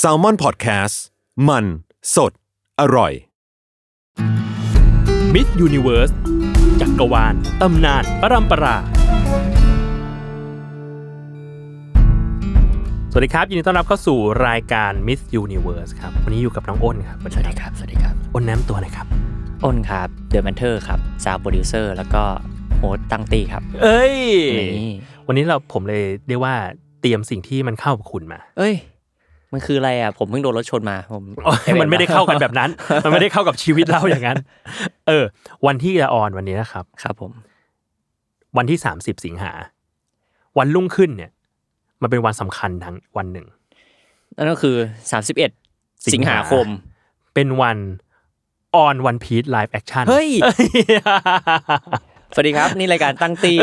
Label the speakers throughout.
Speaker 1: s a l ม o n PODCAST มัน สด อร่อย
Speaker 2: มิสยูนิเวิร์สจักรวาล ตำนาน ปรัมปรา สวัสดีครับ ยินดีต้อนรับเข้าสู่รายการมิสยูนิเวิร์สครับ วันนี้อยู่กับน้องอ้นครับ
Speaker 3: สวัสดีครับ สวัสดีครับ
Speaker 2: อ้นแน้ำตัวหนะครับ
Speaker 3: อ้นครับ เดอะแมนเทอร์ครับซาวโปรดิวเซอร์แล้วก็โฮสต์ตั้งตีครับ
Speaker 2: เอ้ย
Speaker 3: นี่
Speaker 2: วันนี้เราผมเลยเรียกว่าเตรียมสิ่งที่มันเข้ากับคุณมา
Speaker 3: เอ้ย มันคืออะไรอ่ะ ผมเพิ่งโดนรถชนมา ผม
Speaker 2: โอ้ยมันไม่ได้เข้ากันแบบนั้น มันไม่ได้เข้ากับชีวิตเราอย่างนั้น เออ วันที่จะออนวันนี้นะครับ
Speaker 3: ครับผม
Speaker 2: วันที่ 30 สิงหา วันรุ่งขึ้นเนี่ย มันเป็นวันสำคัญทั้งวันหนึ่ง
Speaker 3: นั่นก็คือ 31 สิงหาคม
Speaker 2: เป็นวัน on one piece live action
Speaker 3: เฮ้ย สวัสดีครับ นี่รายการตั้งตี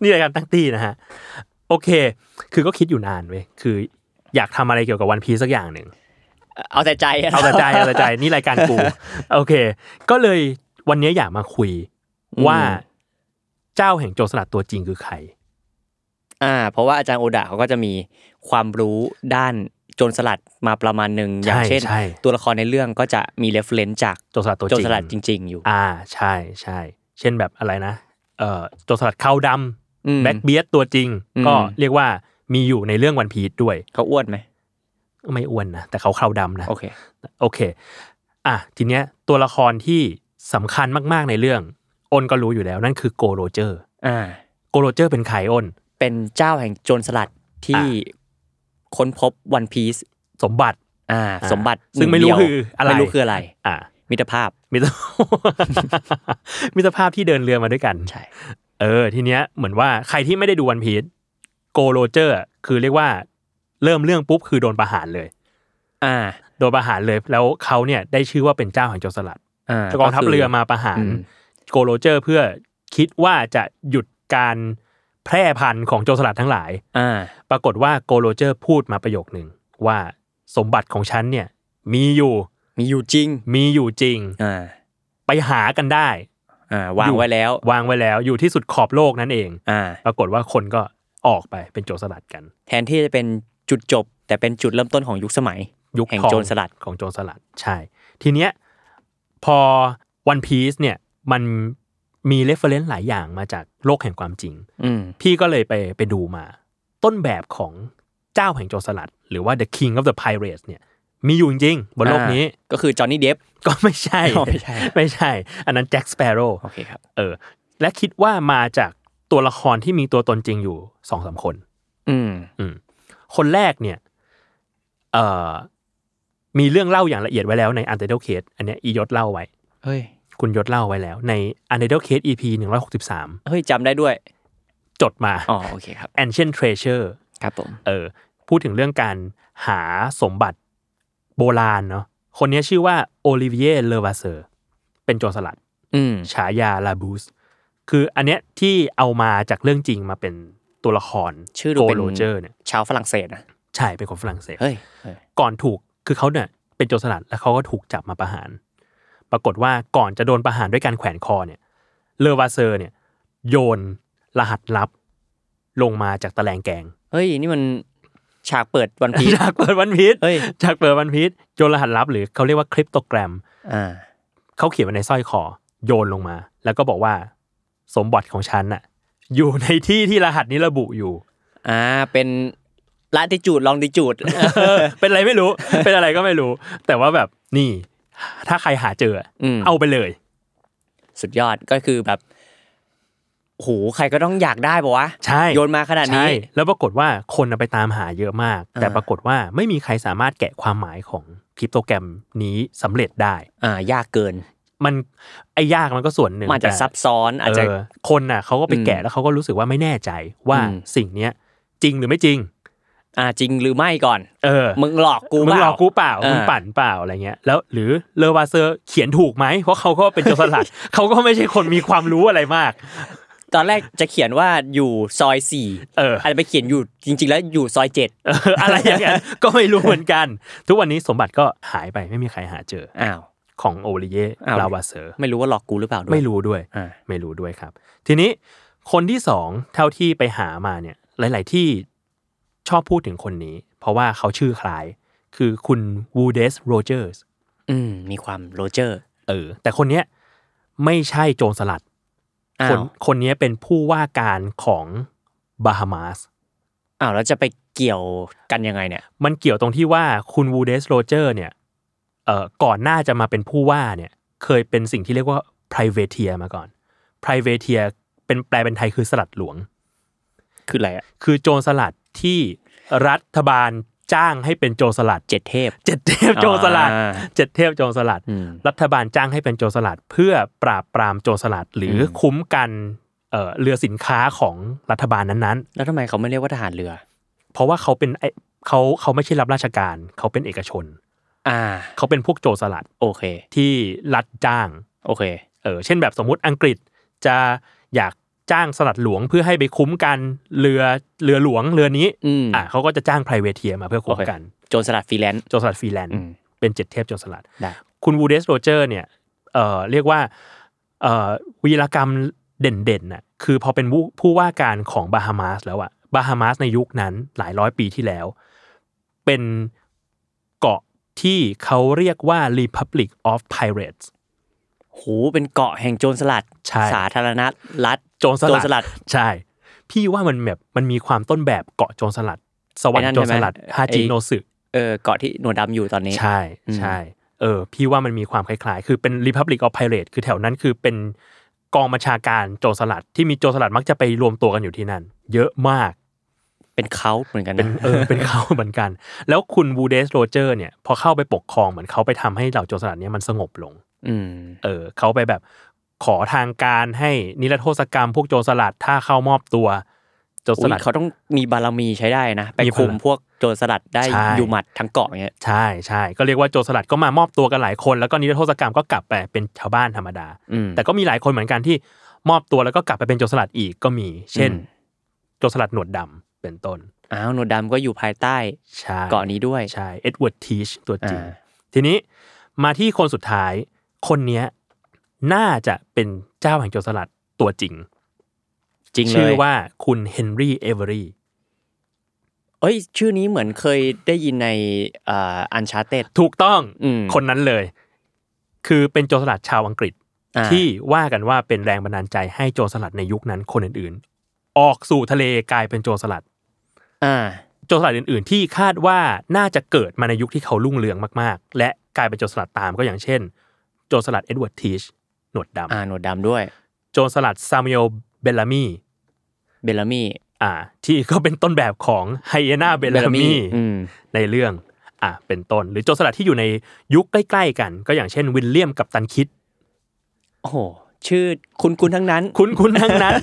Speaker 2: นี่รายการตั้งตี้นะฮะ โอเค คือก็คิดอยู่นานเว้ย คืออยากทำอะไรเกี่ยวกับวันพีซสักอย่างหนึ่ง
Speaker 3: เอาแต่ใจอะ
Speaker 2: เอาแต่ใจ เอาแต่ใจ นี่รายการ กู โอเค ก็เลยวันนี้อยากมาคุยว่าเจ้าแห่งโจรสลัดตัวจริงคือใคร
Speaker 3: อ่า เพราะว่าอาจารย์โอดะเขาก็จะมีความรู้ด้านโจรสลัดมาประมาณหนึ่งอย่างเช่น
Speaker 2: ใช่ใช่
Speaker 3: ตัวละครในเรื่องก็จะมีเรฟเลนจาก
Speaker 2: โจรสลัดตัวจ
Speaker 3: โจร
Speaker 2: ริง
Speaker 3: สลัดจริง ๆ อยู่
Speaker 2: อ่าใช่ใช่เช่นแบบอะไรนะเอ่อโจรสลัดขาวด
Speaker 3: อืม
Speaker 2: ำแบ็กเบียดตัวจริง
Speaker 3: อืม
Speaker 2: ก็เรียกว่ามีอยู่ในเรื่องวันพีชด้วย
Speaker 3: เขาอ้วนไหม
Speaker 2: ไม่อ้วนนะ แต่เขาขาวดำนะ
Speaker 3: โอเค
Speaker 2: โอเค อ่ะ ทีเนี้ยตัวละครที่สำคัญมาก ๆ ในเรื่องอ้นก็รู้อยู่แล้วนั่นคือโกโรเจอร์
Speaker 3: อ่า
Speaker 2: โกโรเจอร์เป็นใครอ้น
Speaker 3: เป็นเจ้าแห่งโจรสลัดที่
Speaker 2: อ่
Speaker 3: ค้นพบวันพีซ
Speaker 2: สมบัติ
Speaker 3: อ่า
Speaker 2: อ่า
Speaker 3: สมบัติ
Speaker 2: ซึ่งไม่รู้
Speaker 3: หนึ่เดียว
Speaker 2: คืออะไร
Speaker 3: ไม่รู้คืออะไร
Speaker 2: อ่ะ
Speaker 3: มิตรภาพ
Speaker 2: มิตร มิตรภาพที่เดินเรือมาด้วยกัน
Speaker 3: ใช่
Speaker 2: เออ ทีเนี้ยเหมือนว่าใครที่ไม่ได้ดูวันพีชโกโรเจอร์คือเรียกว่าเริ่มเรื่องปุ๊บคือโดนประหารเลย
Speaker 3: อ่า
Speaker 2: โดนประหารเลยแล้วเขาเนี่ยได้ชื่อว่าเป็นเจ้าแห่งโจรสลัด
Speaker 3: อ่าก
Speaker 2: องทัพเรือมา
Speaker 3: คื
Speaker 2: ประหาร
Speaker 3: อืม
Speaker 2: โกโรเจอร์เพื่อคิดว่าจะหยุดการแพร่พันธุ์ของโจรสลัดทั้งหลาย
Speaker 3: อ่า
Speaker 2: ปรากฏว่าโกโรเจอร์พูดมาประโยคหนึ่งว่าสมบัติของฉันเนี่ย มีอยู่
Speaker 3: มีอยู่จริง
Speaker 2: มีอยู่จริง
Speaker 3: อ่า
Speaker 2: ไปหากันได้
Speaker 3: อ่าวางไว้แล้ว
Speaker 2: วางไว้แล้วอยู่ที่สุดขอบโลกนั่นเอง
Speaker 3: อ่า
Speaker 2: ปรากฏว่าคนก็ออกไปเป็นโจรสลัดกัน
Speaker 3: แทนที่จะเป็นจุดจบ แต่เป็นจุดเริ่มต้นของยุคสมัย
Speaker 2: ยุค
Speaker 3: แห่ง
Speaker 2: ทอ
Speaker 3: โจรสลัด
Speaker 2: ของโจรสลัดใช่ ทีเนี้ยพอวันพีซเนี่ยมันมีเรฟเฟรนซ์หลายอย่างมาจากโลกแห่งความจริง
Speaker 3: อืม
Speaker 2: พี่ก็เลยไปไปดูมา ต้นแบบของเจ้าแห่งโจรสลัด หรือว่า the king of the pirates เนี่ยมีอยู่จริงๆบนโลกนี้
Speaker 3: ก็คือจอห์นนี่เดฟ
Speaker 2: ก็ไม่ใช่
Speaker 3: อ๋อไม่ใช่
Speaker 2: ไม่ใช่ อันนั้นแจ็คสเปโร่
Speaker 3: โอเคครับ
Speaker 2: เออ และคิดว่ามาจากตัวละครที่มีตัวตนจริงอยู่สองสามคน
Speaker 3: อืม
Speaker 2: คนแรกเนี่ยเอ่อมีเรื่องเล่าอย่างละเอียดไว้แล้วใน Untitled Case อันเนี้ยอียศเล่าไว้
Speaker 3: เฮ้ย
Speaker 2: คุณยศเล่าไว้แล้ว ใน Untitled Case EP 163
Speaker 3: เฮ้ยจำได้ด้วย
Speaker 2: จดมา
Speaker 3: อ๋อ โอเคครับ
Speaker 2: Ancient Treasure
Speaker 3: ครับผม
Speaker 2: เออพูดถึงเรื่องการหาสมบัติโบราณเนาะคนเนี้ยชื่อว่าโอลิเวียเลวาเซอร์เป็นโจรสลัด
Speaker 3: อืม
Speaker 2: ฉายาลาบูส คืออันเนี้ยที่เอามาจากเรื่องจริงมาเป็นตัวละคร
Speaker 3: ชื่อดู
Speaker 2: โก
Speaker 3: เป็น
Speaker 2: โรเจอร์เนี่ย
Speaker 3: ชาวฝรั่งเศสนะ
Speaker 2: ใช่เป็นคนฝรั่งเศส
Speaker 3: เฮ้ยเฮ้ย
Speaker 2: ก่อนถูกคือเขาเนี่ยเป็นโจรสลัดแล้วเขาก็ถูกจับมาประหาร ปรากฏว่าก่อนจะโดนประหารด้วยการแขวนคอเนี่ยเลอวาเซอร์เนี่ยโยนรหัสลับ ลงมาจากตะแลงแกง
Speaker 3: เฮ้ย นี่มันฉากเปิดวันพี
Speaker 2: จากเปิดวันพีช
Speaker 3: เฮ้ย
Speaker 2: จากเปิดวันพีชโยนรหัสลับ หรือเขาเรียกว่าคริปโตแกรม
Speaker 3: อ่า
Speaker 2: เขาเขียนไว้ในสร้อยคอโยนลงมา แล้วก็บอกว่า สมบัติของฉันน่ะ อยู่ในที่ที่รหัสนี้ระบุอยู่
Speaker 3: อ่า เป็นละติจูดลองติจูด
Speaker 2: เออ เป็นอะไรไม่รู้ เป็นอะไรก็ไม่รู้ แต่ว่าแบบนี่ ถ้าใครหาเจออ่ะ
Speaker 3: อืม
Speaker 2: เอาไปเลย
Speaker 3: สุดยอดก็คือแบบโหใครก็ต้องอยากได้ปะวะ
Speaker 2: ใช่
Speaker 3: โยนมาขนาด
Speaker 2: ใช่
Speaker 3: นี้
Speaker 2: แล้วปรากฏว่าคนน่ะไปตามหาเยอะมาก แต่
Speaker 3: อ่า
Speaker 2: ปรากฏว่าไม่มีใครสามารถแกะความหมายของคริปโตแกรมนี้สำเร็จได้
Speaker 3: อ่า ยากเกิน
Speaker 2: มันไอ้ยากมันก็ส่วนหนึ่ง
Speaker 3: มันอาจจะ
Speaker 2: แต่
Speaker 3: ซับซ้อนอาจจะ
Speaker 2: เออคนน่ะเขาก็ไปแกะ
Speaker 3: อืม
Speaker 2: แล้วเขาก็รู้สึกว่าไม่แน่ใจว่า
Speaker 3: อืม
Speaker 2: สิ่งเนี้ยจริงหรือไม่จริง
Speaker 3: อ่าจริงหรือไม่ก่อน
Speaker 2: เออ
Speaker 3: มึงหลอกกู
Speaker 2: มึง
Speaker 3: เป
Speaker 2: หล
Speaker 3: ล่า
Speaker 2: อกกูเปล่า
Speaker 3: เออ
Speaker 2: มึงปั่นเปล่าอะไรเงี้ยแล้วหรือเลอวาเซอร์เขียนถูกไหมเพราะเขาก็เป็นโจรสลัด เขาก็ไม่ใช่คนมีความรู้อะไรมาก
Speaker 3: ตอนแรกจะเขียนว่าอยู่ซอยสี่
Speaker 2: เออ
Speaker 3: อาจจะไปเขียนอยู่จริง ๆ แล้วอยู่ซอยเจ็ด
Speaker 2: เอออะไรอย่างเงี้ยก็ไม่รู้เหมือนกัน ทุกวันนี้สมบัติก็หายไปไม่มีใครหาเจอ
Speaker 3: อ้าว
Speaker 2: ของโอริเย่
Speaker 3: อ้าว
Speaker 2: ลาวาเซอร์
Speaker 3: ไม่รู้ว่าหลอกกูหรือเปล่าด้วย
Speaker 2: ไม่รู้ด้วย
Speaker 3: อ่า
Speaker 2: ไม่รู้ด้วยครับ ทีนี้คนที่สองเท่าที่ไปหามาเนี่ย หลาย ๆ ที่ ชอบพูดถึงคนนี้ เพราะว่าเขาชื่อคล้าย คือคุณวูเดสโรเจอร์ส
Speaker 3: อืมมีความโรเจอร์
Speaker 2: เออ แต่คนเนี้ยไม่ใช่โจรสลัด
Speaker 3: อ้า
Speaker 2: คน
Speaker 3: ว
Speaker 2: คนเนี้ยเป็นผู้ว่าการของบาฮามาส
Speaker 3: อ้าวแล้วจะไปเกี่ยวกันยังไงเนี่ย
Speaker 2: มันเกี่ยวตรงที่ว่าคุณวูเดสโรเจอร์เนี่ยเอ่อก่อนหน้าจะมาเป็นผู้ว่าเนี่ย เคยเป็นสิ่งที่เรียกว่า privateer มาก่อน privateer เป็นแปลเป็นไทยคือสลัดหลวง
Speaker 3: คืออะไรอะ
Speaker 2: คือโจรสลัดที่รัฐบาลจ้างให้เป็นโจรสลัด
Speaker 3: เจ็ดเทพ
Speaker 2: เจ็ดเทพโจรสลัด
Speaker 3: อ่า
Speaker 2: เจ็ดเทพโจรสลัด
Speaker 3: อืม
Speaker 2: รัฐบาลจ้างให้เป็นโจรสลัดเพื่อปราบปรามโจรสลัด หรืออ
Speaker 3: ม
Speaker 2: คุ้มกันเอ่อเรือสินค้าของรัฐบาลนั้น
Speaker 3: แล้วทำไมเขาไม่เรียกว่าทหารเรือ
Speaker 2: ๆ เพราะว่าเขาเป็นไอ้เขาเขาไม่ใช่รับราชการ เขาเป็นเอกชน
Speaker 3: อ่า
Speaker 2: เขาเป็นพวกโจรสลัด
Speaker 3: โอเค
Speaker 2: ที่รัฐจ้าง
Speaker 3: โอเค
Speaker 2: เออเช่นแบบสมมติอังกฤษจะอยากจ้างสลัดหลวงเพื่อให้ไปคุ้มกันเรือเรือหลวงเรือนี้
Speaker 3: อืม
Speaker 2: อ่ะเขาก็จะจ้าง p r i v a t e e r มาเพื่อคุ้ม
Speaker 3: โอเค
Speaker 2: กัน
Speaker 3: โจรสลัดฟรีแลนซ์
Speaker 2: โจรสลัดฟรีแลนซ์
Speaker 3: อืม
Speaker 2: เป็นเจ็ดเทพโจรสลัด
Speaker 3: ได้
Speaker 2: คุณวูเดสโรเจอร์เนี่ยเอ่อเรียกว่าเอ่อวีรกรรมเด่นๆน่ะคือพอเป็นผู้ผู้ว่าการของบาฮามาสแล้วอะบาฮามาสในยุคนั้นหลายร้อยปีที่แล้ว เป็นเกาะที่เขาเรียกว่า Republic of Pirates
Speaker 3: โหเป็นเกาะแห่งโจรสลัด
Speaker 2: ใช่
Speaker 3: สาธารณรัฐ
Speaker 2: โจรสลัด
Speaker 3: โจรสลัด
Speaker 2: ใช่ พี่ว่ามันแบบมันมีความต้นแบบเกาะโจรสลัด สวรร
Speaker 3: ไอ้นั่
Speaker 2: ค์
Speaker 3: น
Speaker 2: โจรสลัด
Speaker 3: ใช่ไหม
Speaker 2: ฮาจิ
Speaker 3: ไอ้
Speaker 2: โนสึ
Speaker 3: เออเกาะที่หนวดดำอยู่ตอนนี้
Speaker 2: ใช่ใช่เออพี่ว่ามันมีความคล้ายๆ คือเป็น Republic of Pirates คือแถวนั้นคือเป็นกองบัญชาการโจรสลัด ที่มีโจรสลัดมักจะไปรวมตัวกันอยู่ที่นั่น เยอะมาก
Speaker 3: เป็นเขาเหมือนกัน
Speaker 2: เป็
Speaker 3: นะ
Speaker 2: นเออ เป็นเขาเหมือนกัน แล้วคุณวูเดสโรเจอร์เนี่ยพอเข้าไปปกครองเหมือนเขาไปทำให้เหล่าโจรสลัดเนี่ยมันสงบลง
Speaker 3: อืม
Speaker 2: เออเขาไปแบบขอทางการให้นิรโทษกรรมพวกโจรสลัดถ้าเข้ามอบตัวโจรสลัด
Speaker 3: อุ๊ยเขาต้องมีบารมีใช้ได้นะ ไป
Speaker 2: มี
Speaker 3: คุ
Speaker 2: พ
Speaker 3: ม
Speaker 2: ลัง
Speaker 3: พวกโจรสลัดได้
Speaker 2: ใช่
Speaker 3: อยู่หมัดทั้งเกาะอย่างเงี้ย
Speaker 2: ใช่ใช่ก็เรียกว่าโจรสลัดก็มามอบตัวกันหลายคน แล้วก็นิรโทษกรรมก็กลับไปเป็นชาวบ้านธรรมดา
Speaker 3: อืม
Speaker 2: แต่ก็มีหลายคนเหมือนกันที่มอบตัวแล้วก็กลับไปเป็นโจรสลัดอีกก็มี เช่น
Speaker 3: อืม
Speaker 2: โจรสลัดหนวดดำเป็นต้น
Speaker 3: อ้าวหนวดดำก็อยู่ภายใต้
Speaker 2: ใช่
Speaker 3: เกาะนี้ด้วย
Speaker 2: ใช่ เอ็ดเวิร์ดทีชตัวจริง
Speaker 3: อ่า
Speaker 2: ทีนี้มาที่คนสุดท้าย คนเนี้ยน่าจะเป็นเจ้าแห่งโจรสลัดตัวจริง
Speaker 3: จริงเล
Speaker 2: ชื่อย ว่าคุณเฮนรี่เอเวอรี่
Speaker 3: เอ้ย ชื่อนี้เหมือนเคยได้ยินในอันชาเต็ด
Speaker 2: ถูกต้อง
Speaker 3: อืม
Speaker 2: คนนั้นเลย คือเป็นโจรสลัดชาวอังกฤษ ที่ว่ากันว่าเป็นแรงบันดาลใจให้โจรสลัดในยุคนั้นคนอื่นๆ ออกสู่ทะเลกลายเป็นโจรสลัด
Speaker 3: อ่า
Speaker 2: โจรสลัดอื่น ๆ ที่คาดว่าน่าจะเกิดมาในยุคที่เขารุ่งเรืองมาก ๆ และกลายเป็นโจรสลัดตามก็อย่างเช่น โจรสลัดเอ็ดเวิร์ดทีชหนวด
Speaker 3: อ่า
Speaker 2: ดำ
Speaker 3: หนวดดำด้วย
Speaker 2: โจรสลัดซามูเอลเบลลามี
Speaker 3: เบลลามี่
Speaker 2: อ่า ที่ก็เป็นต้นแบบของไฮเอนาเบลลามี
Speaker 3: อืม
Speaker 2: ในเรื่องอ่าเป็นต้น หรือโจรสลัดที่อยู่ในยุคใกล้ ๆ กัน ก็อย่างเช่น วิลเลียมกับตันคิด
Speaker 3: โอ้โห ชื่อคุณคุณทั้งนั้น
Speaker 2: คุณคุณทั้ง นั้น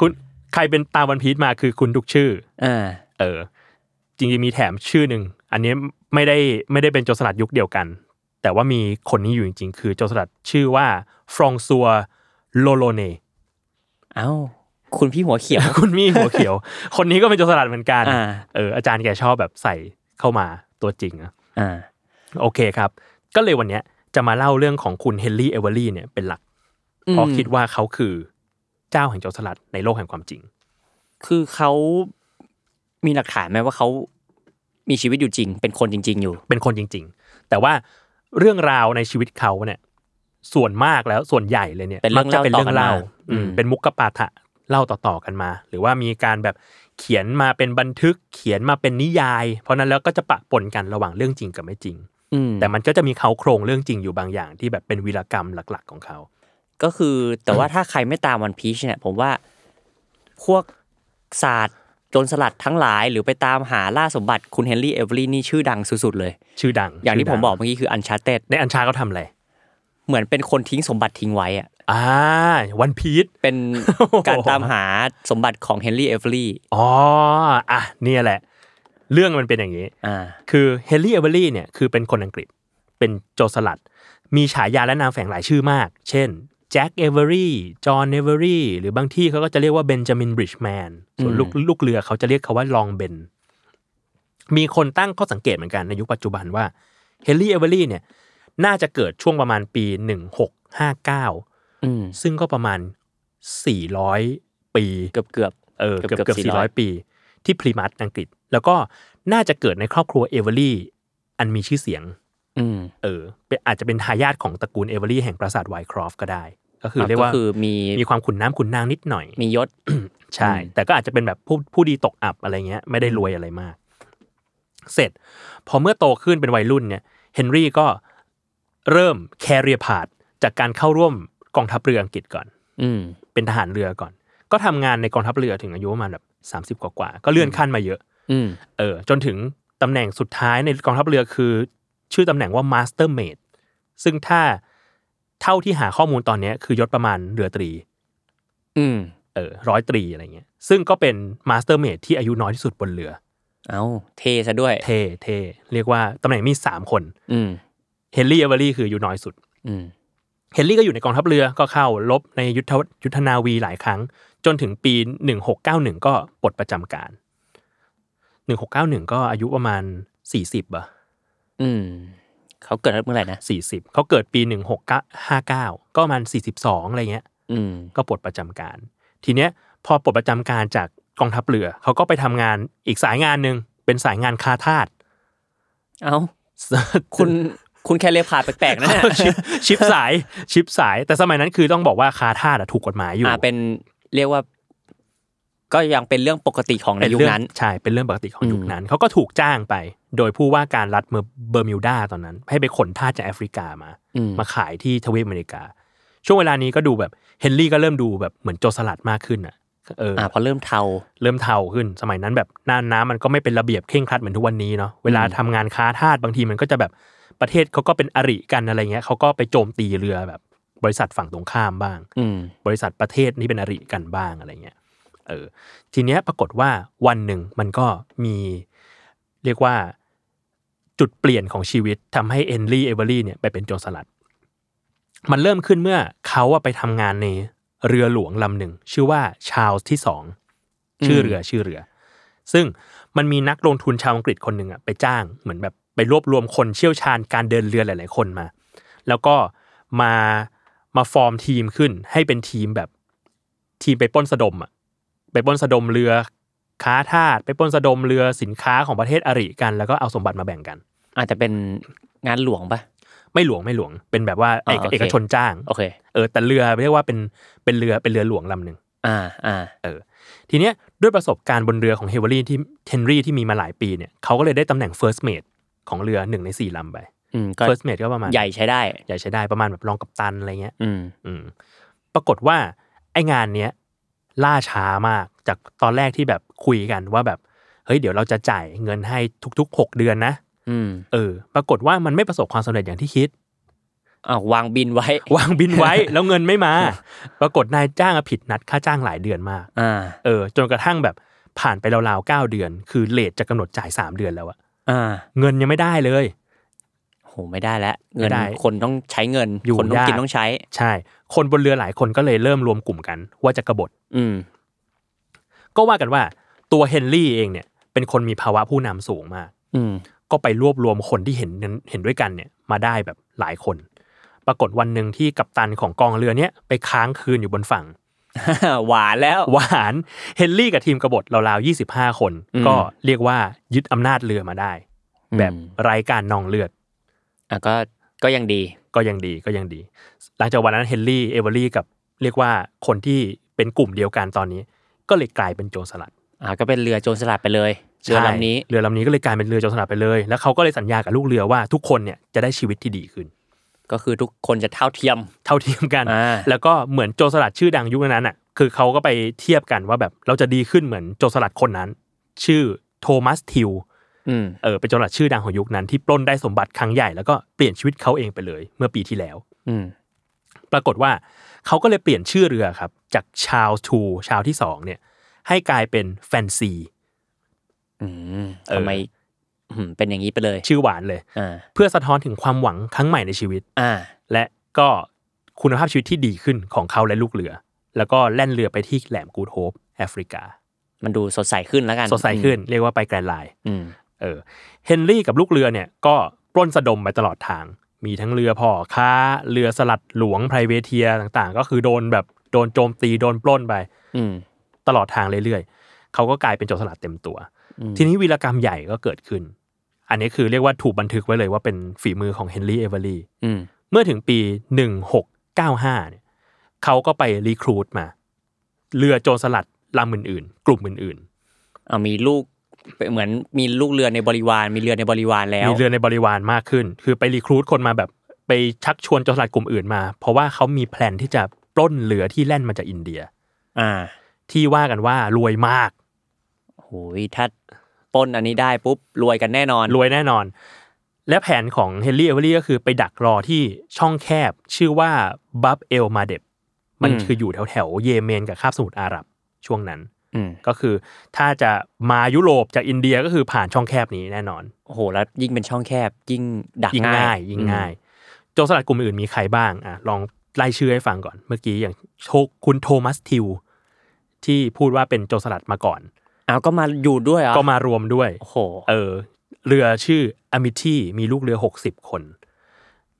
Speaker 2: คุณใครเป็นตามวันพีชมาคือคุณทุกชื่อ
Speaker 3: อ่า
Speaker 2: เออจริงๆมีแถมชื่อหนึ่งอันนี้ไม่ได้ไม่ได้เป็นโจรสลัดยุคเดียวกัน แต่ว่ามีคนนี้อยู่จริงๆ คือโจรสลัดชื่อว่าฟรองซัวโลโลเน
Speaker 3: เอ้า คุณพี่หัวเขียว
Speaker 2: คุณมี่หัวเขียว คนนี้ก็เป็นโจรสลัดเหมือนกัน
Speaker 3: อ่า
Speaker 2: เอออาจารย์แกชอบแบบใส่เข้ามาตัวจริงอะ
Speaker 3: อ่า
Speaker 2: โอเคครับ ก็เลยวันเนี้ยจะมาเล่าเรื่องของคุณเฮนรี่เอเวอรี่เนี่ยเป็นหลัก
Speaker 3: อืม
Speaker 2: เพราะคิดว่าเขาคือเจ้าแห่งโจรสลัดในโลกแห่งความจริง
Speaker 3: คือเขามีหลักฐานไหมว่าเขามีชีวิตอยู่จริง เป็นคนจริง ๆ อยู่
Speaker 2: เป็นคนจริง ๆ แต่ว่าเรื่องราวในชีวิตเขาเนี่ย ส่วนมากแล้วส่วนใหญ่เลยเนี่ย
Speaker 3: เป็นเรื่อง
Speaker 2: มักจะเป็นเรื่องเล่า
Speaker 3: เล่าต่อกันมา
Speaker 2: อืม
Speaker 3: อืม
Speaker 2: เป็นมุกกะปาฐะเล่าต่อๆกันมา หรือว่ามีการแบบเขียนมาเป็นบันทึกเขียนมาเป็นนิยาย เพราะนั้นแล้วก็จะปะปนกันระหว่างเรื่องจริงกับไม่จริง
Speaker 3: อืม
Speaker 2: แต่มันก็จะมีเขาโครงเรื่องจริงอยู่บางอย่างที่แบบเป็นวีรกรรมหลักๆของเขา
Speaker 3: ก็คือแต่ว่าถ้าใครไม่ตามวันพีชเนี่ย ผมว่าพวกศาสตร์โจรสลัดทั้งหลาย หรือไปตามหาล่าสมบัติคุณเฮนรี่เอเวอรี่นี่ชื่อดังสุดๆเลย
Speaker 2: ชื่อดัง
Speaker 3: อย่างที่
Speaker 2: ชื่
Speaker 3: ผม
Speaker 2: ดั
Speaker 3: บอกเมื่อกี้คืออันชาเต็ด
Speaker 2: ในอัญชาเขาทำอะไร
Speaker 3: เหมือนเป็นคนทิ้งสมบัติทิ้งไว้อะ
Speaker 2: อ่าวันพีช
Speaker 3: เป็น การ
Speaker 2: โอ้โห
Speaker 3: ตามหาสมบัติของเฮนรี่เอเวอรี่
Speaker 2: อ๋ออ่ะเนี่ยแหละ เรื่องมันเป็นอย่างนี้
Speaker 3: อ่า
Speaker 2: คือเฮนรี่เอเวอรี่เนี่ยคือเป็นคนอังกฤษเป็นโจรสลัด มีฉายาและนามแฝงหลายชื่อมาก เช่นแจ็คเอเวอรี่จอห์นเอเวอรี่หรือบางที่เขาก็จะเรียกว่าเบนจามินบริดจ์แมนส่วนลูกลูกเรือเขาจะเรียกเขาว่าลองเบน มีคนตั้งข้อสังเกตเหมือนกันในยุคปัจจุบันว่าเฮนรี่เอเวอรี่เนี่ยน่าจะเกิดช่วงประมาณปี 1659
Speaker 3: อืม
Speaker 2: ซึ่งก็ประมาณ 400 ปี
Speaker 3: เกือบเกือบ
Speaker 2: เออเกือบ
Speaker 3: เกื
Speaker 2: เกื
Speaker 3: อ
Speaker 2: อ
Speaker 3: บบ ๆ400
Speaker 2: 400 ปี ที่พรีมัตอังกฤษ แล้วก็น่าจะเกิดในครอบครัวเอเวอรี่อันมีชื่อเสียง
Speaker 3: อืม
Speaker 2: เออเป็นอาจจะเป็นทายาทของตระกูลเอเวอรี่แห่งปราสาทไวท์ครอฟต์ก็ได้ ก็คือเรียกว่า
Speaker 3: คือมี
Speaker 2: มีความขุนน้ำขุนนางนิดหน่อย
Speaker 3: มียศ
Speaker 2: ใช่
Speaker 3: อืม
Speaker 2: แต่ก็อาจจะเป็นแบบผู้ผู้ดีตกอับอะไรเงี้ย ไม่ได้รวยอะไรมาก เสร็จ พอเมื่อโตขึ้นเป็นวัยรุ่นเนี่ย เฮนรี่ก็เริ่มแคเรียพาดจากการเข้าร่วมกองทัพเรืออังกฤษก่อน
Speaker 3: อืม
Speaker 2: เป็นทหารเรือก่อน ก็ทำงานในกองทัพเรือถึงอายุประมาณแบบ 30 กว่ากว่าๆก็เลื่อนขั้นมาเยอะ
Speaker 3: อืม
Speaker 2: เออ จนถึงตำแหน่งสุดท้ายในกองทัพเรือคือ ชื่อตำแหน่งว่า Master Mate ซึ่งถ้าเท่าที่หาข้อมูลตอนเนี้ยคือยศประมาณเรือตรี
Speaker 3: อืม
Speaker 2: เออร้อยตรีอะไรเงี้ย ซึ่งก็เป็นมาสเตอร์เมดที่อายุน้อยที่สุดบนเรือ
Speaker 3: เอาเทซะด้วย
Speaker 2: เท่เท่เรียกว่าตำแหน่งมีสามคน
Speaker 3: อืม
Speaker 2: เฮนรี่เอเวอรี่คืออายุน้อยสุด
Speaker 3: อืม
Speaker 2: เฮนรี่ก็อยู่ในกองทัพเรือก็เข้าลบในยุทธยุทธนาวีหลายครั้ง จนถึงปี 1691 ก็ปลดประจำการ 1691 ก็อายุประมาณ 40บ่ะ
Speaker 3: อืม เขาเกิดเมื่อไหร่นะ
Speaker 2: 40 เขาเกิดปี 1659 ก็ประมาณ 42 อะไรเงี้ย
Speaker 3: อืม
Speaker 2: ก็ปลดประจำการ ทีเนี้ยพอปลดประจำการจากกองทัพเรือ เขาก็ไปทำงานอีกสายงานหนึ่งเป็นสายงานคาทาส
Speaker 3: เอาคุณคุณแค่เลพาดแปลกๆนะเนี่ย
Speaker 2: ชิปชิปสายชิปสาย แต่สมัยนั้นคือต้องบอกว่าคาทาสอะถูกกฎหมายอยู่
Speaker 3: อ่าเป็นเรียกว่า ก็ยังเป็นเรื่องปกติของในยุค
Speaker 2: เรื่อง
Speaker 3: นั้น
Speaker 2: ใช่เป็นเรื่องปกติของ
Speaker 3: อืม
Speaker 2: ยุคนั้น เขาก็ถูกจ้างไป โดยผู้ว่าการรัฐเมอร์เบอร์มิวดาตอนนั้น ให้ไปขนทาสจากแอฟริกามา
Speaker 3: อืม
Speaker 2: มาขายที่ทวีปอเมริกา ช่วงเวลานี้ก็ดูแบบเฮนรี่ก็เริ่มดูแบบเหมือนโจรสลัดมากขึ้นอ่ะเอออ
Speaker 3: อ่าพอเริ่มเทา
Speaker 2: เริ่มเทาขึ้นสมัยนั้นแบบหน้าน้ำมันก็ไม่เป็นระเบียบเคร่งครัดเหมือนทุกวันนี้เนาะเวลาทำงานค้าทาสบางทีมันก็จะแบบประเทศเขาก็เป็นอริกันอะไรเงี้ยเขาก็ไปโจมตีเรือแบบ บริษัทฝั่งตรงข้ามบ้าง
Speaker 3: อืม
Speaker 2: บริษัทประเทศนี่เป็นอริกันบ้างอะไรเงี้ยเออทีเนี้ยปรากฏว่าวันหนึ่งมันก็มีเรียกว่าจุดเปลี่ยนของชีวิตทำให้เอนลี่เอเวอรี่เนี่ยไปเป็นโจรสลัด มันเริ่มขึ้นเมื่อเขาอะไปทำงานในเรือหลวงลำหนึ่ง ชื่อว่าชา l ส์ที่สอง
Speaker 3: อืม
Speaker 2: ชื่อเรือชื่อเรือ ซึ่งมันมีนักลงทุนชาวอังกฤษคนหนึ่งอะไปจ้างเหมือนแบบไปรวบรวมคนเชี่ยวชาญการเดินเรือหลาย ๆ คนมา แล้วก็มามาฟอร์มทีมขึ้นให้เป็นทีมแบบทีมไปปล้นสะดมอะไปปล้นสะดมเรือค้าทาสไปปล้นสะดมเรือสินค้าของประเทศอริกัน แล้วก็เอาสมบัติมาแบ่งกัน
Speaker 3: อาจจะเป็นงานหลวงปะ
Speaker 2: ไม่หลวงไม่หลวงเป็นแบบว่าเอก
Speaker 3: อ่าโอเค
Speaker 2: เอกชนจ้าง
Speaker 3: โอเค
Speaker 2: เออแต่เรือเรียกว่าเป็นเป็นเรือเป็นเรือหลวงลำหนึ่ง
Speaker 3: อ่า อ่า
Speaker 2: ทีเนี้ยด้วยประสบการณ์บนเรือของเฮเวอรี่ที่เทนรี่ที่มีมาหลายปีเนี่ยเขาก็เลยได้ตำแหน่ง first mate ของเรือหนึ่งในสี่ลำไป
Speaker 3: อืม ก็
Speaker 2: first mate ก็ประมาณ
Speaker 3: ใหญ่ใช้ได้
Speaker 2: ใหญ่ใช้ได้ประมาณแบบรองกัปตันอะไรเงี้ย
Speaker 3: อืม
Speaker 2: อืมปรากฏว่าไองานเนี้ยล่าช้ามากจากตอนแรกที่แบบคุยกันว่าแบบเฮ้ยเดี๋ยวเราจะจ่ายเงินให้ทุกๆ 6 เดือนนะ
Speaker 3: อืม
Speaker 2: เออ ปรากฏว่ามันไม่ประสบความสำเร็จอย่างที่คิด
Speaker 3: อ้าววางบินไว้
Speaker 2: วางบินไว้ แล้วเงินไม่มา ปรากฏนายจ้างอะผิดนัดค่าจ้างหลายเดือนมาก
Speaker 3: อ่า
Speaker 2: เออ จนกระทั่งแบบผ่านไปราวๆเก้าเดือน คือเลทจะกำหนดจ่าย 3 เดือนแล้วอะ
Speaker 3: อ่า
Speaker 2: เงินยังไม่ได้เลย
Speaker 3: โห ไม่ได้แล้ว เงิน
Speaker 2: ไม่ได้
Speaker 3: คนต้องใช้เงิน
Speaker 2: อยู่
Speaker 3: คนต้อง
Speaker 2: ยาก
Speaker 3: กินต้องใช้
Speaker 2: ใช่ คนบนเรือหลายคนก็เลยเริ่มรวมกลุ่มกัน ว่าจะกบฏ
Speaker 3: อืม
Speaker 2: ก็ว่ากันว่าตัวเฮนรี่เองเนี่ยเป็นคนมีภาวะผู้นำสูงมาก
Speaker 3: อืม
Speaker 2: ก็ไปรวบรวมคนที่เห็นนั้นเห็นด้วยกันเนี่ยมาได้แบบหลายคน ปรากฏวันหนึ่งที่กัปตันของกองเรือเนี่ยไปค้างคืนอยู่บนฝั่ง
Speaker 3: หวานแล้ว
Speaker 2: หวานเฮนรี่กับทีมกบฏราวๆ25 คน
Speaker 3: อืม
Speaker 2: ก็เรียกว่ายึดอำนาจเรือมาได้ แบบ
Speaker 3: อืม
Speaker 2: รายการนองเลือด
Speaker 3: อ่ะก็ ก็ยังดี
Speaker 2: ก็ยังดีก็ยังดี หลังจากวันนั้นเฮนรี่เอเวอรี่กับเรียกว่าคนที่เป็นกลุ่มเดียวกันตอนนี้ ก็เลยกลายเป็นโจรสลัด
Speaker 3: อ่า ก็เป็นเรือโจรสลัดไปเลย เรือลำนี้
Speaker 2: ใช่เรือลำนี้ก็เลยกลายเป็นเรือโจรสลัดไปเลย แล้วเขาก็เลยสัญญากับลูกเรือว่าทุกคนเนี่ยจะได้ชีวิตที่ดีขึ้น
Speaker 3: ก็คือทุกคนจะเท่าเทียม
Speaker 2: เท่าเทียมกัน
Speaker 3: อ่า
Speaker 2: แล้วก็เหมือนโจรสลัดชื่อดังยุคนั้นอ่ะ คือเขาก็ไปเทียบกันว่าแบบเราจะดีขึ้นเหมือนโจรสลัดคนนั้น ชื่อโทมัสทิว
Speaker 3: อืม
Speaker 2: เออเป็นโจรสลัดชื่อดังของยุคนั้นที่ปล้นได้สมบัติครั้งใหญ่แล้วก็เปลี่ยนชีวิตเขาเองไปเลย เมื่อปีที่แล้ว
Speaker 3: อืม
Speaker 2: ปรากฏว่าเขาก็เลยเปลี่ยนชื่อเรือครับ จากชาวทูชาวที่สองเนี่ยให้กลายเป็นแฟนซี
Speaker 3: อืม
Speaker 2: เออ
Speaker 3: ทำไมอืมเป็นอย่างนี้ไปเลย
Speaker 2: ชื่อหวานเลย
Speaker 3: อ่า
Speaker 2: เพื่อสะท้อนถึงความหวังครั้งใหม่ในชีวิต
Speaker 3: อ่า
Speaker 2: และก็คุณภาพชีวิตที่ดีขึ้นของเขาและลูกเรือ แล้วก็แล่นเรือไปที่แหลมกูดโฮปแอฟริกา
Speaker 3: มันดูสดใสขึ้นแล้วกัน
Speaker 2: สดใสขึ้นเรียกว่าไปไกลไลน์
Speaker 3: อืม
Speaker 2: เออเฮนรี่กับลูกเรือเนี่ยก็ปล้นสะดมไปตลอดทาง มีทั้งเรือพ่อค้า เรือสลัดหลวงไพรเวเทียต่างๆ ก็คือโดนแบบโดนโจมตีโดนปล้นไป
Speaker 3: อืม
Speaker 2: ตลอดทางเรื่อยๆ เขาก็กลายเป็นโจรสลัดเต็มตัว ทีนี้วีรกรรมใหญ่ก็เกิดขึ้น อันนี้คือเรียกว่าถูกบันทึกไว้เลยว่าเป็นฝีมือของเฮนรี่เอเวอรี
Speaker 3: อืม
Speaker 2: เมื่อถึงปี 1695เนี่ยเขาก็ไปรีครูดมา เรือโจรสลัดลำอื่นๆ กลุ่มอื่น
Speaker 3: เอามีลูกเหมือนมีลูกเรือในบริวาร มีเรือในบริวารแล้
Speaker 2: ๆ
Speaker 3: ว
Speaker 2: มีเรือในบริวารมากขึ้น คือไปรีครูดคนมาแบบไปชักชวนโจรสลัดกลุ่มอื่นมา เพราะว่าเขามีแพลนที่จะปล้นเรือที่แล่นมาจากอินเดีย
Speaker 3: อ่า
Speaker 2: ที่ว่ากันว่ารวยมาก
Speaker 3: โหยถ้าปล้นอันนี้ได้ปุ๊บรวยกันแน่นอน
Speaker 2: รวยแน่นอน และแผนของเฮนรี่เอเวอรี่ก็คือไปดักรอที่ช่องแคบ ชื่อว่าบับเอลมาเดบมัน
Speaker 3: อืม
Speaker 2: คืออยู่แถวแถวๆเยเมนกับคาบสมุทรอาหรับช่วงนั้น
Speaker 3: อืม
Speaker 2: ก็คือถ้าจะมายุโรปจากอินเดียก็คือผ่านช่องแคบนี้แน่นอน
Speaker 3: โอ้โหแล้วยิ่งเป็นช่องแคบยิ่งดัก
Speaker 2: ยิง
Speaker 3: ง่า
Speaker 2: ง่าย ยยิงง่าย โจรสลัดกลุ่มอื่นมีใครบ้างอ่ะลองไล่ชื่อให้ฟังก่อน เมื่อกี้อย่างโชคคุณโทมัสทิวที่พูดว่าเป็นโจรสลัดมาก่อน
Speaker 3: เอาก็มาอยู่ด้วยเหรอ่ะ
Speaker 2: ก็มารวมด้วย
Speaker 3: โอ้โห
Speaker 2: เออเรือชื่ออ m มิทีมีลูกเรือ 60 คน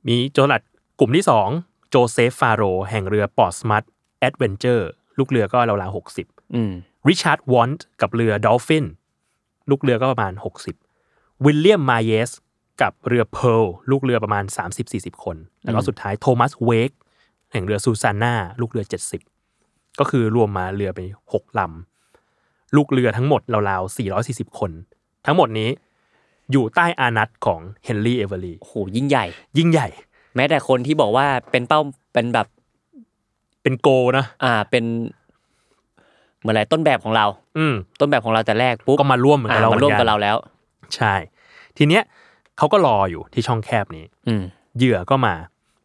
Speaker 2: มีโจรสลัดกลุ่มที่ 2 โจเซฟฟาโร แห่งเรือปอสมัตแอดเวนเจอร์ลูกเรือก็ราวๆหกสิบ
Speaker 3: อืม
Speaker 2: ริชาร์ดวอนต์กับเรือดอลฟินลูกเรือก็ประมาณ 60 วิลเลียมมาเยส กับเรือเพร์ลลูกเรือประมาณ 30-40 คน แล้วก็สุดท้ายโทมัสเวกแห่งเรือซูซาน่าลูกเรือ 70 ก็คือรวมมาเรือไปหกลำลูกเรือทั้งหมดราวๆ440 คน ทั้งหมดนี้อยู่ใต้อานัตของเฮนรี่เอเวอรี
Speaker 3: โอ้โหยิ่งใหญ่
Speaker 2: ยิ่งใหญ่
Speaker 3: แม้แต่คนที่บอกว่าเป็นเป้าเป็นแบบ
Speaker 2: เป็นโกนะ
Speaker 3: อ่าเป็นเหมือนอะไรต้นแบบของเรา
Speaker 2: อืม
Speaker 3: ต้นแบบของเราแต่แรกปุ๊บ
Speaker 2: ก็มาร่วมเหมือนกับเรา
Speaker 3: อ่า
Speaker 2: เห
Speaker 3: มา
Speaker 2: มือ
Speaker 3: ร่วน ม
Speaker 2: กั
Speaker 3: กับ
Speaker 2: น
Speaker 3: เราแล้ว
Speaker 2: ใช่ ทีเนี้ยเขาก็รออยู่ที่ช่องแคบนี้
Speaker 3: อืม
Speaker 2: เหยื่อก็มา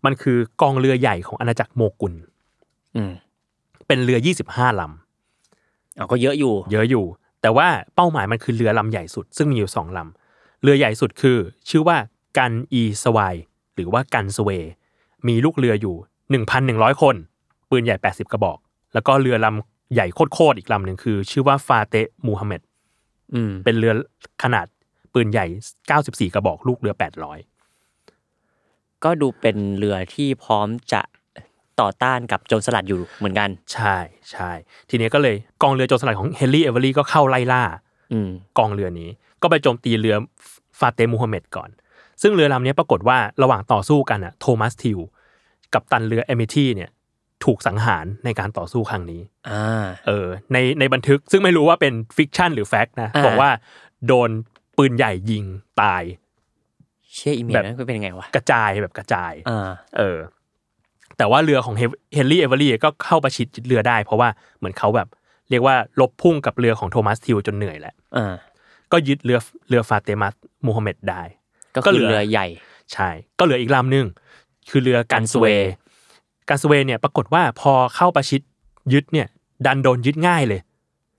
Speaker 2: มันคือกองเรือใหญ่ของอาณาจักรโมกุล
Speaker 3: อืม
Speaker 2: เป็นเรือ 25ลำ
Speaker 3: เอาก็เยอะอยู่
Speaker 2: เยอะอยู่ แต่ว่าเป้าหมายมันคือเรือลำใหญ่สุด ซึ่งมีอยู่สองลำ เรือใหญ่สุดคือ ชื่อว่ากันอีสวายหรือว่ากันสเวย์มีลูกเรืออยู่ 1,100 คน ปืนใหญ่ 80 กระบอก แล้วก็เรือลำใหญ่โคตรๆอีกลำหนึ่งคือ ชื่อว่าฟาเตะมูฮัมหมัด
Speaker 3: อืม
Speaker 2: เป็นเรือขนาดปืนใหญ่ 94 กระบอกลูกเรือ 800
Speaker 3: ก็ดูเป็นเรือที่พร้อมจะต่อต้านกับโจรสลัดอยู่เหมือนกัน
Speaker 2: ใช่ใช่ทีนี้ก็เลยกองเรือโจรสลัดของเฮนรี่เอเวอรี่ก็เข้าไล่ล่า
Speaker 3: อืม
Speaker 2: กองเรือนี้ก็ไปโจมตีเรือฟาเตมูฮัมเหม็ดก่อน ซึ่งเรือลำนี้ปรากฏว่าระหว่างต่อสู้กันอะโทมัสทิว กับตันเรือเอมิทีเนี่ยถูกสังหารในการต่อสู้ครั้งนี้
Speaker 3: อ่า
Speaker 2: เออในในบันทึกซึ่งไม่รู้ว่าเป็นฟิกชันหรือแฟกต์นะ
Speaker 3: อ่า
Speaker 2: บอกว่าโดนปืนใหญ่ยิงตาย
Speaker 3: เชื่ออีเมล
Speaker 2: แบบ
Speaker 3: นั้นก็เป็นยังไงวะ
Speaker 2: กระจายแบบกระจาย
Speaker 3: อ่า
Speaker 2: เออ แต่ว่าเรือของเฮนรี่เอเวอรี่ก็เข้าประชิดเรือได้ เพราะว่าเหมือนเขาแบบ เรียกว่าลบพุ่งกับเรือของโทมัสทิวจนเหนื่อยแหละ
Speaker 3: อ่า
Speaker 2: ก็ยึดเรือเรือฟาเตมัสมูฮัมเหม็ดได้
Speaker 3: ก็
Speaker 2: ก็
Speaker 3: คื
Speaker 2: เหลื
Speaker 3: อ
Speaker 2: อ
Speaker 3: เรือใหญ่
Speaker 2: ใช่ ก็เหลืออีกลำหนึ่งคือเรือกันสเวย์กันสเวย์เนี่ยปรากฏว่าพอเข้าประชิดยึดเนี่ย ดันโดนยึดง่ายเลย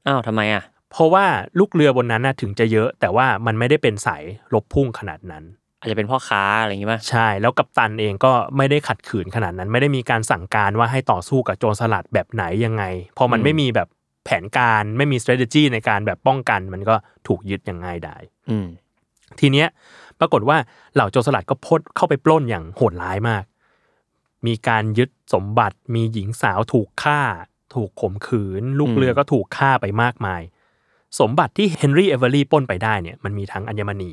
Speaker 3: อ้าวทำไมอ่ะ
Speaker 2: เพราะว่าลูกเรือบนนั้นนะถึงจะเยอะ แต่ว่ามันไม่ได้เป็นสายลบพุ่งขนาดนั้น
Speaker 3: อาจจะเป็นพ่อค้าอะไรอย่างงี้ป่ะ
Speaker 2: ใช่ แล้วกัปตันเองก็ไม่ได้ขัดขืนขนาดนั้น ไม่ได้มีการสั่งการว่าให้ต่อสู้กับโจรสลัดแบบไหนยังไง พอมัน
Speaker 3: อืม
Speaker 2: ไม่มีแบบแผนการไม่มี strategy ในการแบบป้องกัน มันก็ถูกยึดอย่างง่ายดาย
Speaker 3: อืม
Speaker 2: ทีเนี้ยปรากฏว่าเหล่าโจรสลัดก็พดเข้าไปปล้นอย่างโหดร้ายมาก มีการยึดสมบัติ มีหญิงสาวถูกฆ่า ถูกข่มขืน ลูก
Speaker 3: อืม
Speaker 2: เรือก็ถูกฆ่าไปมากมาย สมบัติที่เฮนรี่เอเวอรี่ปล้นไปได้เนี่ยมันมีทั้งอัญมณี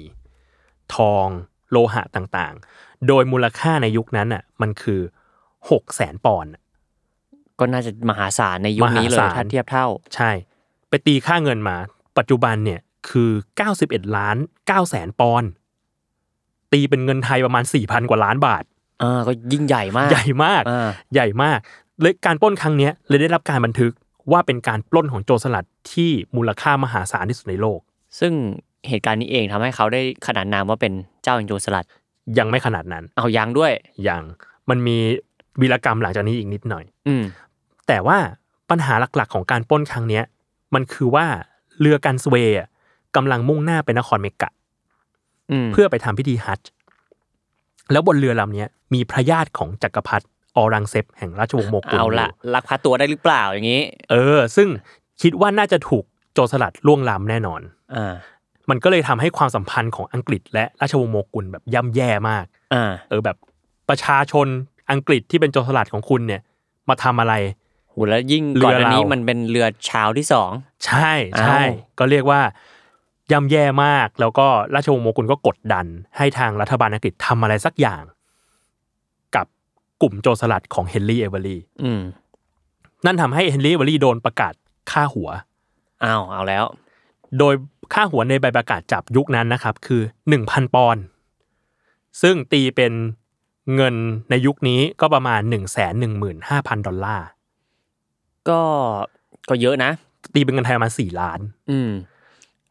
Speaker 2: ทอง โลหะต่างๆ โดยมูลค่าในยุคนั้นอ่ะมันคือหกแสนปอนด์
Speaker 3: ก็น่าจะมหาศาลในยุคนี้เล
Speaker 2: มหา
Speaker 3: ย
Speaker 2: ศาล
Speaker 3: ถ้าเทียบเท่า
Speaker 2: ใช่ ไปตีค่าเงินมา ปัจจุบันเนี่ยคือ 91 ล้าน9แสนปอนด์ตีเป็นเงินไทยประมาณ 4,000 กว่าล้านบาท
Speaker 3: อ่า ก็ยิ่งใหญ่มาก
Speaker 2: ใหญ่มาก
Speaker 3: อ่า
Speaker 2: ใหญ่มากเลยการปล้นครั้งเนี้ยเลยได้รับการบันทึกว่าเป็นการปล้นของโจรสลัดที่มูลค่ามหาศาลที่สุดในโลก
Speaker 3: ซึ่งเหตุการณ์นี้เองทำให้เขาได้ขนานนามว่าเป็นเจ้าแห่งโจรสลัด
Speaker 2: ยังไม่ขนาดนั้น
Speaker 3: เอายังด้วย
Speaker 2: ยังมันมีวีรกรรมหลังจากนี้อีกนิดหน่อย
Speaker 3: อืม
Speaker 2: แต่ว่าปัญหาหลักๆของการปล้นครั้งเนี้ยมันคือว่าเรือกันสเวย์อะกำลังมุ่งหน้าไปนครเมกะ
Speaker 3: อืม
Speaker 2: เพื่อไปทำพิธีฮัจจ์แล้วบนเรือลำเนี้ยมีพระญาติของจักรพรรดิออรังเซบแห่งราชวงศ์โมกุล
Speaker 3: เอาละ
Speaker 2: ยู่
Speaker 3: ลักพาตัวได้หรือเปล่าอย่างนี้
Speaker 2: เออ ซึ่งคิดว่าน่าจะถูกโจรสลัดล่วงล้ำแน่นอน
Speaker 3: อ่า
Speaker 2: มันก็เลยทำให้ความสัมพันธ์ของอังกฤษและราชวงศ์โมกุลแบบย่ำแย่มาก
Speaker 3: อ่า
Speaker 2: เออแบบประชาชนอังกฤษที่เป็นโจรสลัดของคุณเนี่ย มาทำอะไร
Speaker 3: โหแล้วยิ่ง
Speaker 2: เรือ
Speaker 3: ก่อนอันนี้
Speaker 2: เรามั
Speaker 3: มันเป็นเรือชาวที่สอง
Speaker 2: ใช่ใช่
Speaker 3: อ้าว
Speaker 2: ก็เรียกว่า ย่ำแย่มาก แล้วก็ราชวงศ์โมกุลก็กดดัน ให้ทางรัฐบาลอังกฤษทำอะไรสักอย่าง กับกลุ่มโจรสลัดของเฮนรี่เอเวอรี่
Speaker 3: อืม
Speaker 2: นั่นทำให้เฮนรี่เอเวอรี่โดนประกาศฆ่าหัว
Speaker 3: อ้าวเอาแล้ว
Speaker 2: โดยค่าหัวในใบประกาศจับยุคนั้นนะครับ คือ 1,000 ปอนด์ซึ่งตีเป็นเงินในยุคนี้ก็ประมาณ 1 1 5 0 0 0 ดอลลาร์
Speaker 3: ก็ก็เยอะนะ
Speaker 2: ตีเป็นเงินไทยประมาณ4ล้าน
Speaker 3: อืม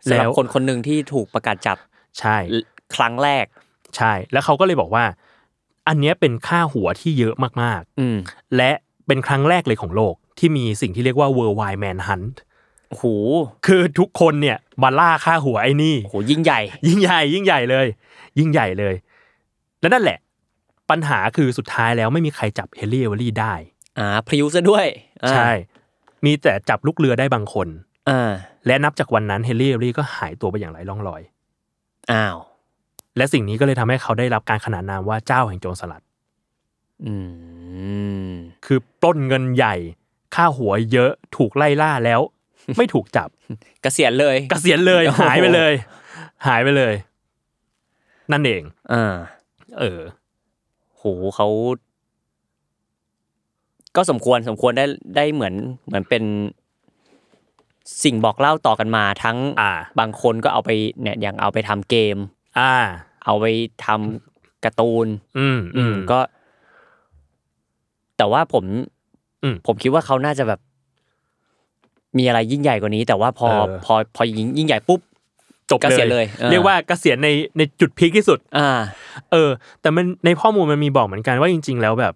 Speaker 3: สำหรับ
Speaker 2: แล้ว
Speaker 3: คนคนหนึ่งที่ถูกประกาศจับ
Speaker 2: ใช่
Speaker 3: ครั้งแรก
Speaker 2: ใช่ แล้วเขาก็เลยบอกว่า อันเนี้ยเป็นค่าหัวที่เยอะมาก
Speaker 3: อืม
Speaker 2: ๆ และเป็นครั้งแรกเลยของโลกที่มีสิ่งที่เรียกว่า worldwide manhunt
Speaker 3: โอ้โห
Speaker 2: คือทุกคนเนี่ยมาล่าค่าหัวไอ้นี่
Speaker 3: โอ้โหยิ่งใหญ่
Speaker 2: ยิ่งใหญ่ยิ่งใหญ่เลย ยิ่งใหญ่เลย และนั่นแหละ ปัญหาคือสุดท้ายแล้วไม่มีใครจับเฮนรี่เอเวอรี่ได้
Speaker 3: อ่าพริ้วซะด้วยอ่า
Speaker 2: ใช่ มีแต่จับลูกเรือได้บางคน
Speaker 3: อ่า
Speaker 2: และนับจากวันนั้นเฮนรี่เอเวอรี่ก็หายตัวไปอย่างไร้ร่องรอย
Speaker 3: อ้าว
Speaker 2: และสิ่งนี้ก็เลยทำให้เขาได้รับการขนานนามว่าเจ้าแห่งโจรสลัด
Speaker 3: อืม
Speaker 2: คือปล้นเงินใหญ่ค่าหัวเยอะถูกไล่ล่า แล้ว ไม่ถูกจับ
Speaker 3: เกษียณเลย
Speaker 2: เกษียณเลย
Speaker 3: โอ้โ
Speaker 2: หายไปเลย หายไปเลย นั่นเอง
Speaker 3: อ่า
Speaker 2: เออ
Speaker 3: โหเขา ก็สมควรสมควรได้ได้เหมือนเหมือนเป็น สิ่งบอกเล่าต่อกันมาทั้ง
Speaker 2: อ่า
Speaker 3: บางคนก็เอาไปเนี่ยอย่างเอาไปทำเกม
Speaker 2: อ่า
Speaker 3: เอาไปทำการ์ตูน
Speaker 2: อืม
Speaker 3: อื
Speaker 2: อื
Speaker 3: ม
Speaker 2: ม
Speaker 3: ก็ แต่ว่าผม
Speaker 2: อืม
Speaker 3: ผมคิดว่าเขาน่าจะแบบ มีอะไรยิ่งใหญ่กว่านี้ แต่ว่าพอ
Speaker 2: เออ
Speaker 3: พอพอยิ่งยิ่งใหญ่ปุ๊บ
Speaker 2: จบ
Speaker 3: เกษียณเลยเออ
Speaker 2: เรียกว่าเกษียณในในจุดพีคที่สุด
Speaker 3: อ่า
Speaker 2: เออ แต่มันในข้อมูลมันมีบอกเหมือนกันว่าจริง ๆ แล้วแบบ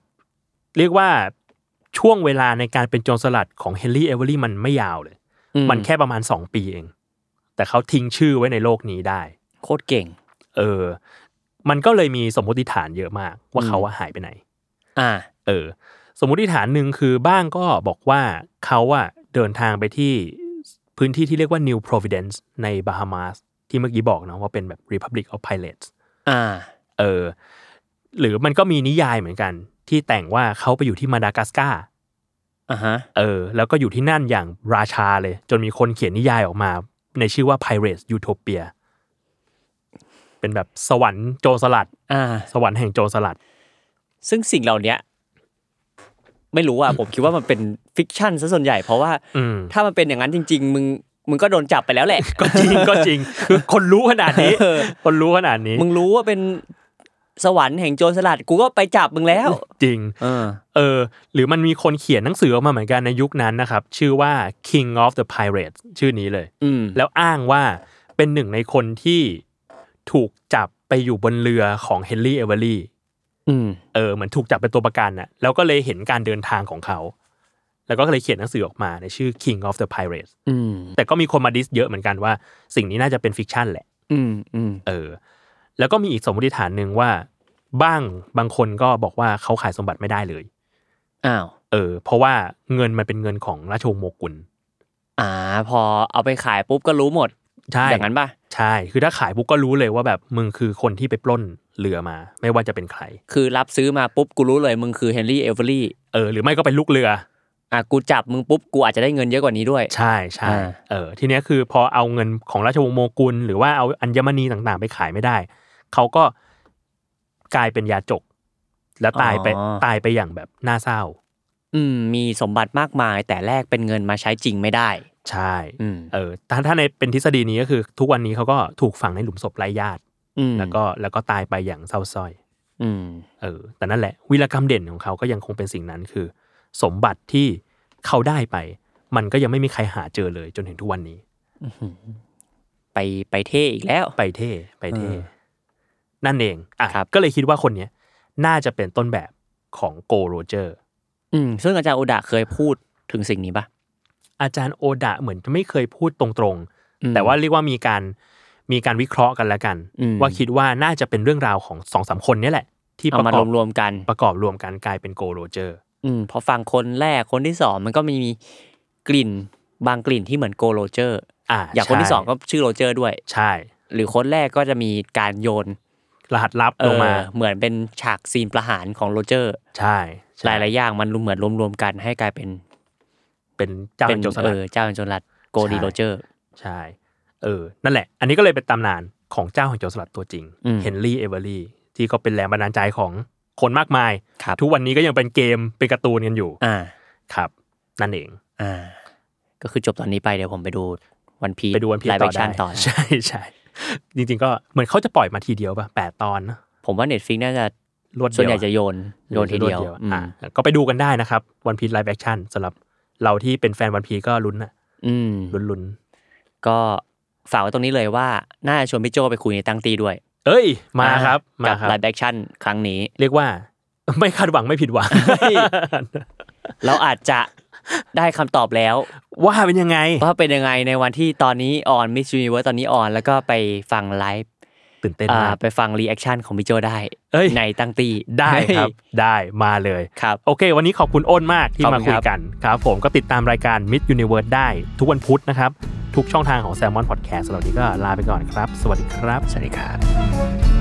Speaker 2: เรียกว่าช่วงเวลาในการเป็นโจรสลัดของเฮนรี่เอเวอรี่มันไม่ยาวเลย
Speaker 3: อื
Speaker 2: มันแค่ประมาณ 2 ปีเอง แต่เขาทิ้งชื่อไว้ในโลกนี้ได้
Speaker 3: โคตรเก่ง
Speaker 2: เออ มันก็เลยมีสมมติฐานเยอะมาก ว่า
Speaker 3: อืม
Speaker 2: เขาว่าหายไปไหน
Speaker 3: อ่า
Speaker 2: เออ สมมติฐานหนึ่งคือบ้างก็บอกว่าเขาอะเดินทางไปที่พื้นที่ที่เรียกว่า New Providence ในบาฮามาสที่เมื่อกี้บอกเนาะว่าเป็นแบบ Republic of Pirates
Speaker 3: อ่า
Speaker 2: เออหรือมันก็มีนิยายเหมือนกัน ที่แต่งว่าเขาไปอยู่ที่มาดากัสการ์
Speaker 3: อ่าฮะ
Speaker 2: เออ แล้วก็อยู่ที่นั่นอย่างราชาเลย จนมีคนเขียนนิยายออกมา ในชื่อว่า Pirates Utopia เป็นแบบสวรรค์โจรสลัด
Speaker 3: อ่า
Speaker 2: สวรรค์แห่งโจรสลัด
Speaker 3: ซึ่งสิ่งเหล่าเนี้ย ไม่ รู้อ่ะ ผมคิดว่ามันเป็นฟิกชันซะส่วนใหญ่ เพราะว่า
Speaker 2: อืม
Speaker 3: ถ้ามันเป็นอย่างนั้นจริง ๆ มึง มึงก็โดนจับไปแล้วแหละ
Speaker 2: ก็จริงก็จริง คือคนรู้ขนาดนี้
Speaker 3: เออ
Speaker 2: คนรู้ขนาดนี้
Speaker 3: มึงรู้ว่าเป็นสวรรค์แห่งโจรสลัด กูก็ไปจับมึงแล้ว
Speaker 2: จริง
Speaker 3: เออ
Speaker 2: เออ หรือมันมีคนเขียนหนังสือออกมาเหมือนกันในยุคนั้นนะครับ ชื่อว่า King of the Pirates ชื่อนี้เลย
Speaker 3: อืม
Speaker 2: แล้วอ้างว่าเป็นหนึ่งในคนที่ถูกจับไปอยู่บนเรือของเฮนรี่เอเวอรี่
Speaker 3: อืม
Speaker 2: เออเหมือนถูกจับเป็นตัวประกันน่ะ แล้วก็เลยเห็นการเดินทางของเขา แล้วก็เลยเขียนหนังสือออกมาในชื่อ King of the Pirates
Speaker 3: อืม
Speaker 2: แต่ก็มีคนมาดิสเยอะเหมือนกันว่า สิ่งนี้น่าจะเป็นฟิกชันแหละ
Speaker 3: อืม อืม
Speaker 2: เออ แล้วก็มีอีกสมมติฐานหนึ่งว่า บ้างบางคนก็บอกว่าเขาขายสมบัติไม่ได้เลย
Speaker 3: อ้าว
Speaker 2: เออ เพราะว่าเงินมันเป็นเงินของราชวงศ์โมกุล
Speaker 3: อ่า พอเอาไปขายปุ๊บก็รู้หมด
Speaker 2: ใช่
Speaker 3: อย่างนั้นป่ะ
Speaker 2: ใช่ คือถ้าขายปุ๊บก็รู้เลยว่าแบบมึงคือคนที่ไปปล้นเรือมา ไม่ว่าจะเป็นใคร
Speaker 3: คือรับซื้อมาปุ๊บกูรู้เลยมึงคือเฮนรี่เอเวอรี่
Speaker 2: เออหรือไม่ก็เป็นลูกเรือ
Speaker 3: อ่ะกูจับมึงปุ๊บกูอาจจะได้เงินเยอะกว่านี้ด้วย
Speaker 2: ใช่ใช่
Speaker 3: อ่า
Speaker 2: เออทีเนี้ยคือพอเอาเงินของราชวงศ์โมกุล หรือว่าเอาอัญมณีต่างๆ ไปขายไม่ได้ เขาก็กลายเป็นยาจก แล้วตายไปตายไปอย่างแบบน่าเศร้า
Speaker 3: อืม มีสมบัติมากมายแต่แลกเป็นเงินมาใช้จริงไม่ได้
Speaker 2: ใช่
Speaker 3: อืม
Speaker 2: เออถ้าถ้าในเป็นทฤษฎีนี้ก็คือ ทุกวันนี้เขาก็ถูกฝังในหลุมศพไร้ญาติ
Speaker 3: อืม
Speaker 2: แล้วก็แล้วก็ตายไปอย่างเศร้าส้อย
Speaker 3: อืม
Speaker 2: เออแต่นั่นแหละวีรกรรมเด่นของเขาก็ยังคงเป็นสิ่งนั้นคือ สมบัติที่เขาได้ไป มันก็ยังไม่มีใครหาเจอเลย จนถึงทุกวันนี้
Speaker 3: ไปไปเท่อีกแล้ว
Speaker 2: ไปเท่ไปเท่
Speaker 3: เออ
Speaker 2: นั่นเองอ่ะ
Speaker 3: ครับ
Speaker 2: ก็เลยคิดว่าคนเนี้ยน่าจะเป็นต้นแบบของโกโรเจอร์
Speaker 3: อืม ซึ่งอาจารย์โอดะเคยพูดถึงสิ่งนี้ป่ะ
Speaker 2: อาจารย์โอดะเหมือนจะไม่เคยพูดตรง
Speaker 3: อืม
Speaker 2: ๆ แต่ว่าเรียกว่ามีการมีการวิเคราะห์กันแล้วกัน
Speaker 3: อืม
Speaker 2: ว่าคิดว่าน่าจะเป็นเรื่องราวของสองสามคนเนี้แหละ ที่
Speaker 3: เอา
Speaker 2: ประ
Speaker 3: มาก
Speaker 2: อบ
Speaker 3: รวมๆกัน
Speaker 2: ประกอบรวมกันกลายเป็นโกโรเจอร์
Speaker 3: อืมพอฟังคนแรกคนที่สองมันก็มีกลิ่นบางกลิ่นที่เหมือนโกโรเจอร์
Speaker 2: อ่า
Speaker 3: อย่างคนที่สองก็ชื่อโรเจอร์ด้วย
Speaker 2: ใช่
Speaker 3: หรือคนแรกก็จะมีการโยน
Speaker 2: รหัสลับลงมา
Speaker 3: เออเหมือนเป็นฉากซีนประหารของโรเจอร์
Speaker 2: ใช่ใช่
Speaker 3: หลายหลายๆอย่างมันเหมือนรวมๆกันให้กลายเป็น
Speaker 2: เป็นเจ้า
Speaker 3: เป็
Speaker 2: แห่งโจรส
Speaker 3: เอ
Speaker 2: ลัด
Speaker 3: อเจ้าแห่งโจรสลัดโกดี
Speaker 2: ใช่
Speaker 3: โรเจอร์
Speaker 2: ใช่ เออ นั่นแหละ อันนี้ก็เลยเป็นตำนานของเจ้าของโจรสลัดตัวจริง
Speaker 3: อืม
Speaker 2: เฮนรี่ เอเวอรี่ ที่ก็เป็นแรงบันดาลใจของคนมากมาย
Speaker 3: ครับ
Speaker 2: ทุกวันนี้ก็ยังเป็นเกม เป็นการ์ตูนกันอยู่
Speaker 3: อ่า
Speaker 2: ครับ นั่นเอง
Speaker 3: อ่า ก็คือจบตอนนี้ไปเดี๋ยวผมไปดูวันพี
Speaker 2: ไปดูวันพี
Speaker 3: ไลฟ์
Speaker 2: ต่อได้
Speaker 3: แอคชั่นต่อ
Speaker 2: ใช่ ใช่ จริงๆ ก็เหมือนเขาจะปล่อยมาทีเดียวป่ะแปดตอนนะ
Speaker 3: ผมว่าเน็ตฟิกน่าจะ
Speaker 2: รวดเดียว
Speaker 3: ส่วนใหญ่จะโยน โยนทีเดียว
Speaker 2: ร
Speaker 3: อืม
Speaker 2: อ่ะก็ไปดูกันได้นะครับวันพี e ไลฟ์แอคชั่นสำหรับเราที่เป็นแฟนวันพีก็ลุ้นอะ
Speaker 3: อืม
Speaker 2: ลุ้นลุ้น
Speaker 3: ก็ฝากไว้ตรงนี้เลยว่า น่าจะชวนพี่โจไปคุยในตั้งตีด้วย
Speaker 2: ๆเอ้ย มาครับ มา
Speaker 3: กับ
Speaker 2: ครับ
Speaker 3: ไลฟ์แอคชั่นครั้ง นี้
Speaker 2: เรียกว่า ไม่คาดหวังไม่ผิด หวัง
Speaker 3: เราอาจจะได้คำตอบแล้ว
Speaker 2: ว่าเป็นยังไง
Speaker 3: ว่าเป็นยังไงในวันที่ตอนนี้ออนมิส s u น i เวิร์ตอนนี้ออน แล้วก็ไปฟังไลฟ์
Speaker 2: ตื่นเต้น
Speaker 3: อ่าม
Speaker 2: าก
Speaker 3: ไปฟังรีแอคชั่นของพี่โจได้
Speaker 2: เอ้ย
Speaker 3: ในตั้งตี
Speaker 2: ได้ครับ ได้มาเลย
Speaker 3: ครับ
Speaker 2: โอเค วันนี้ขอบคุณอ้นมากที่
Speaker 3: ขอบ
Speaker 2: มา
Speaker 3: คุณ
Speaker 2: คุ
Speaker 3: ค
Speaker 2: ย
Speaker 3: รับ
Speaker 2: กันครับ ผมก็ติดตามรายการ Mid Universe ได้ ทุกวันพุธนะครับ ทุกช่องทางของ Salmon Podcast สำหรับวันนี้ก็ลาไปก่อนครับ สวัสดีครับ
Speaker 3: สวัสดีครับ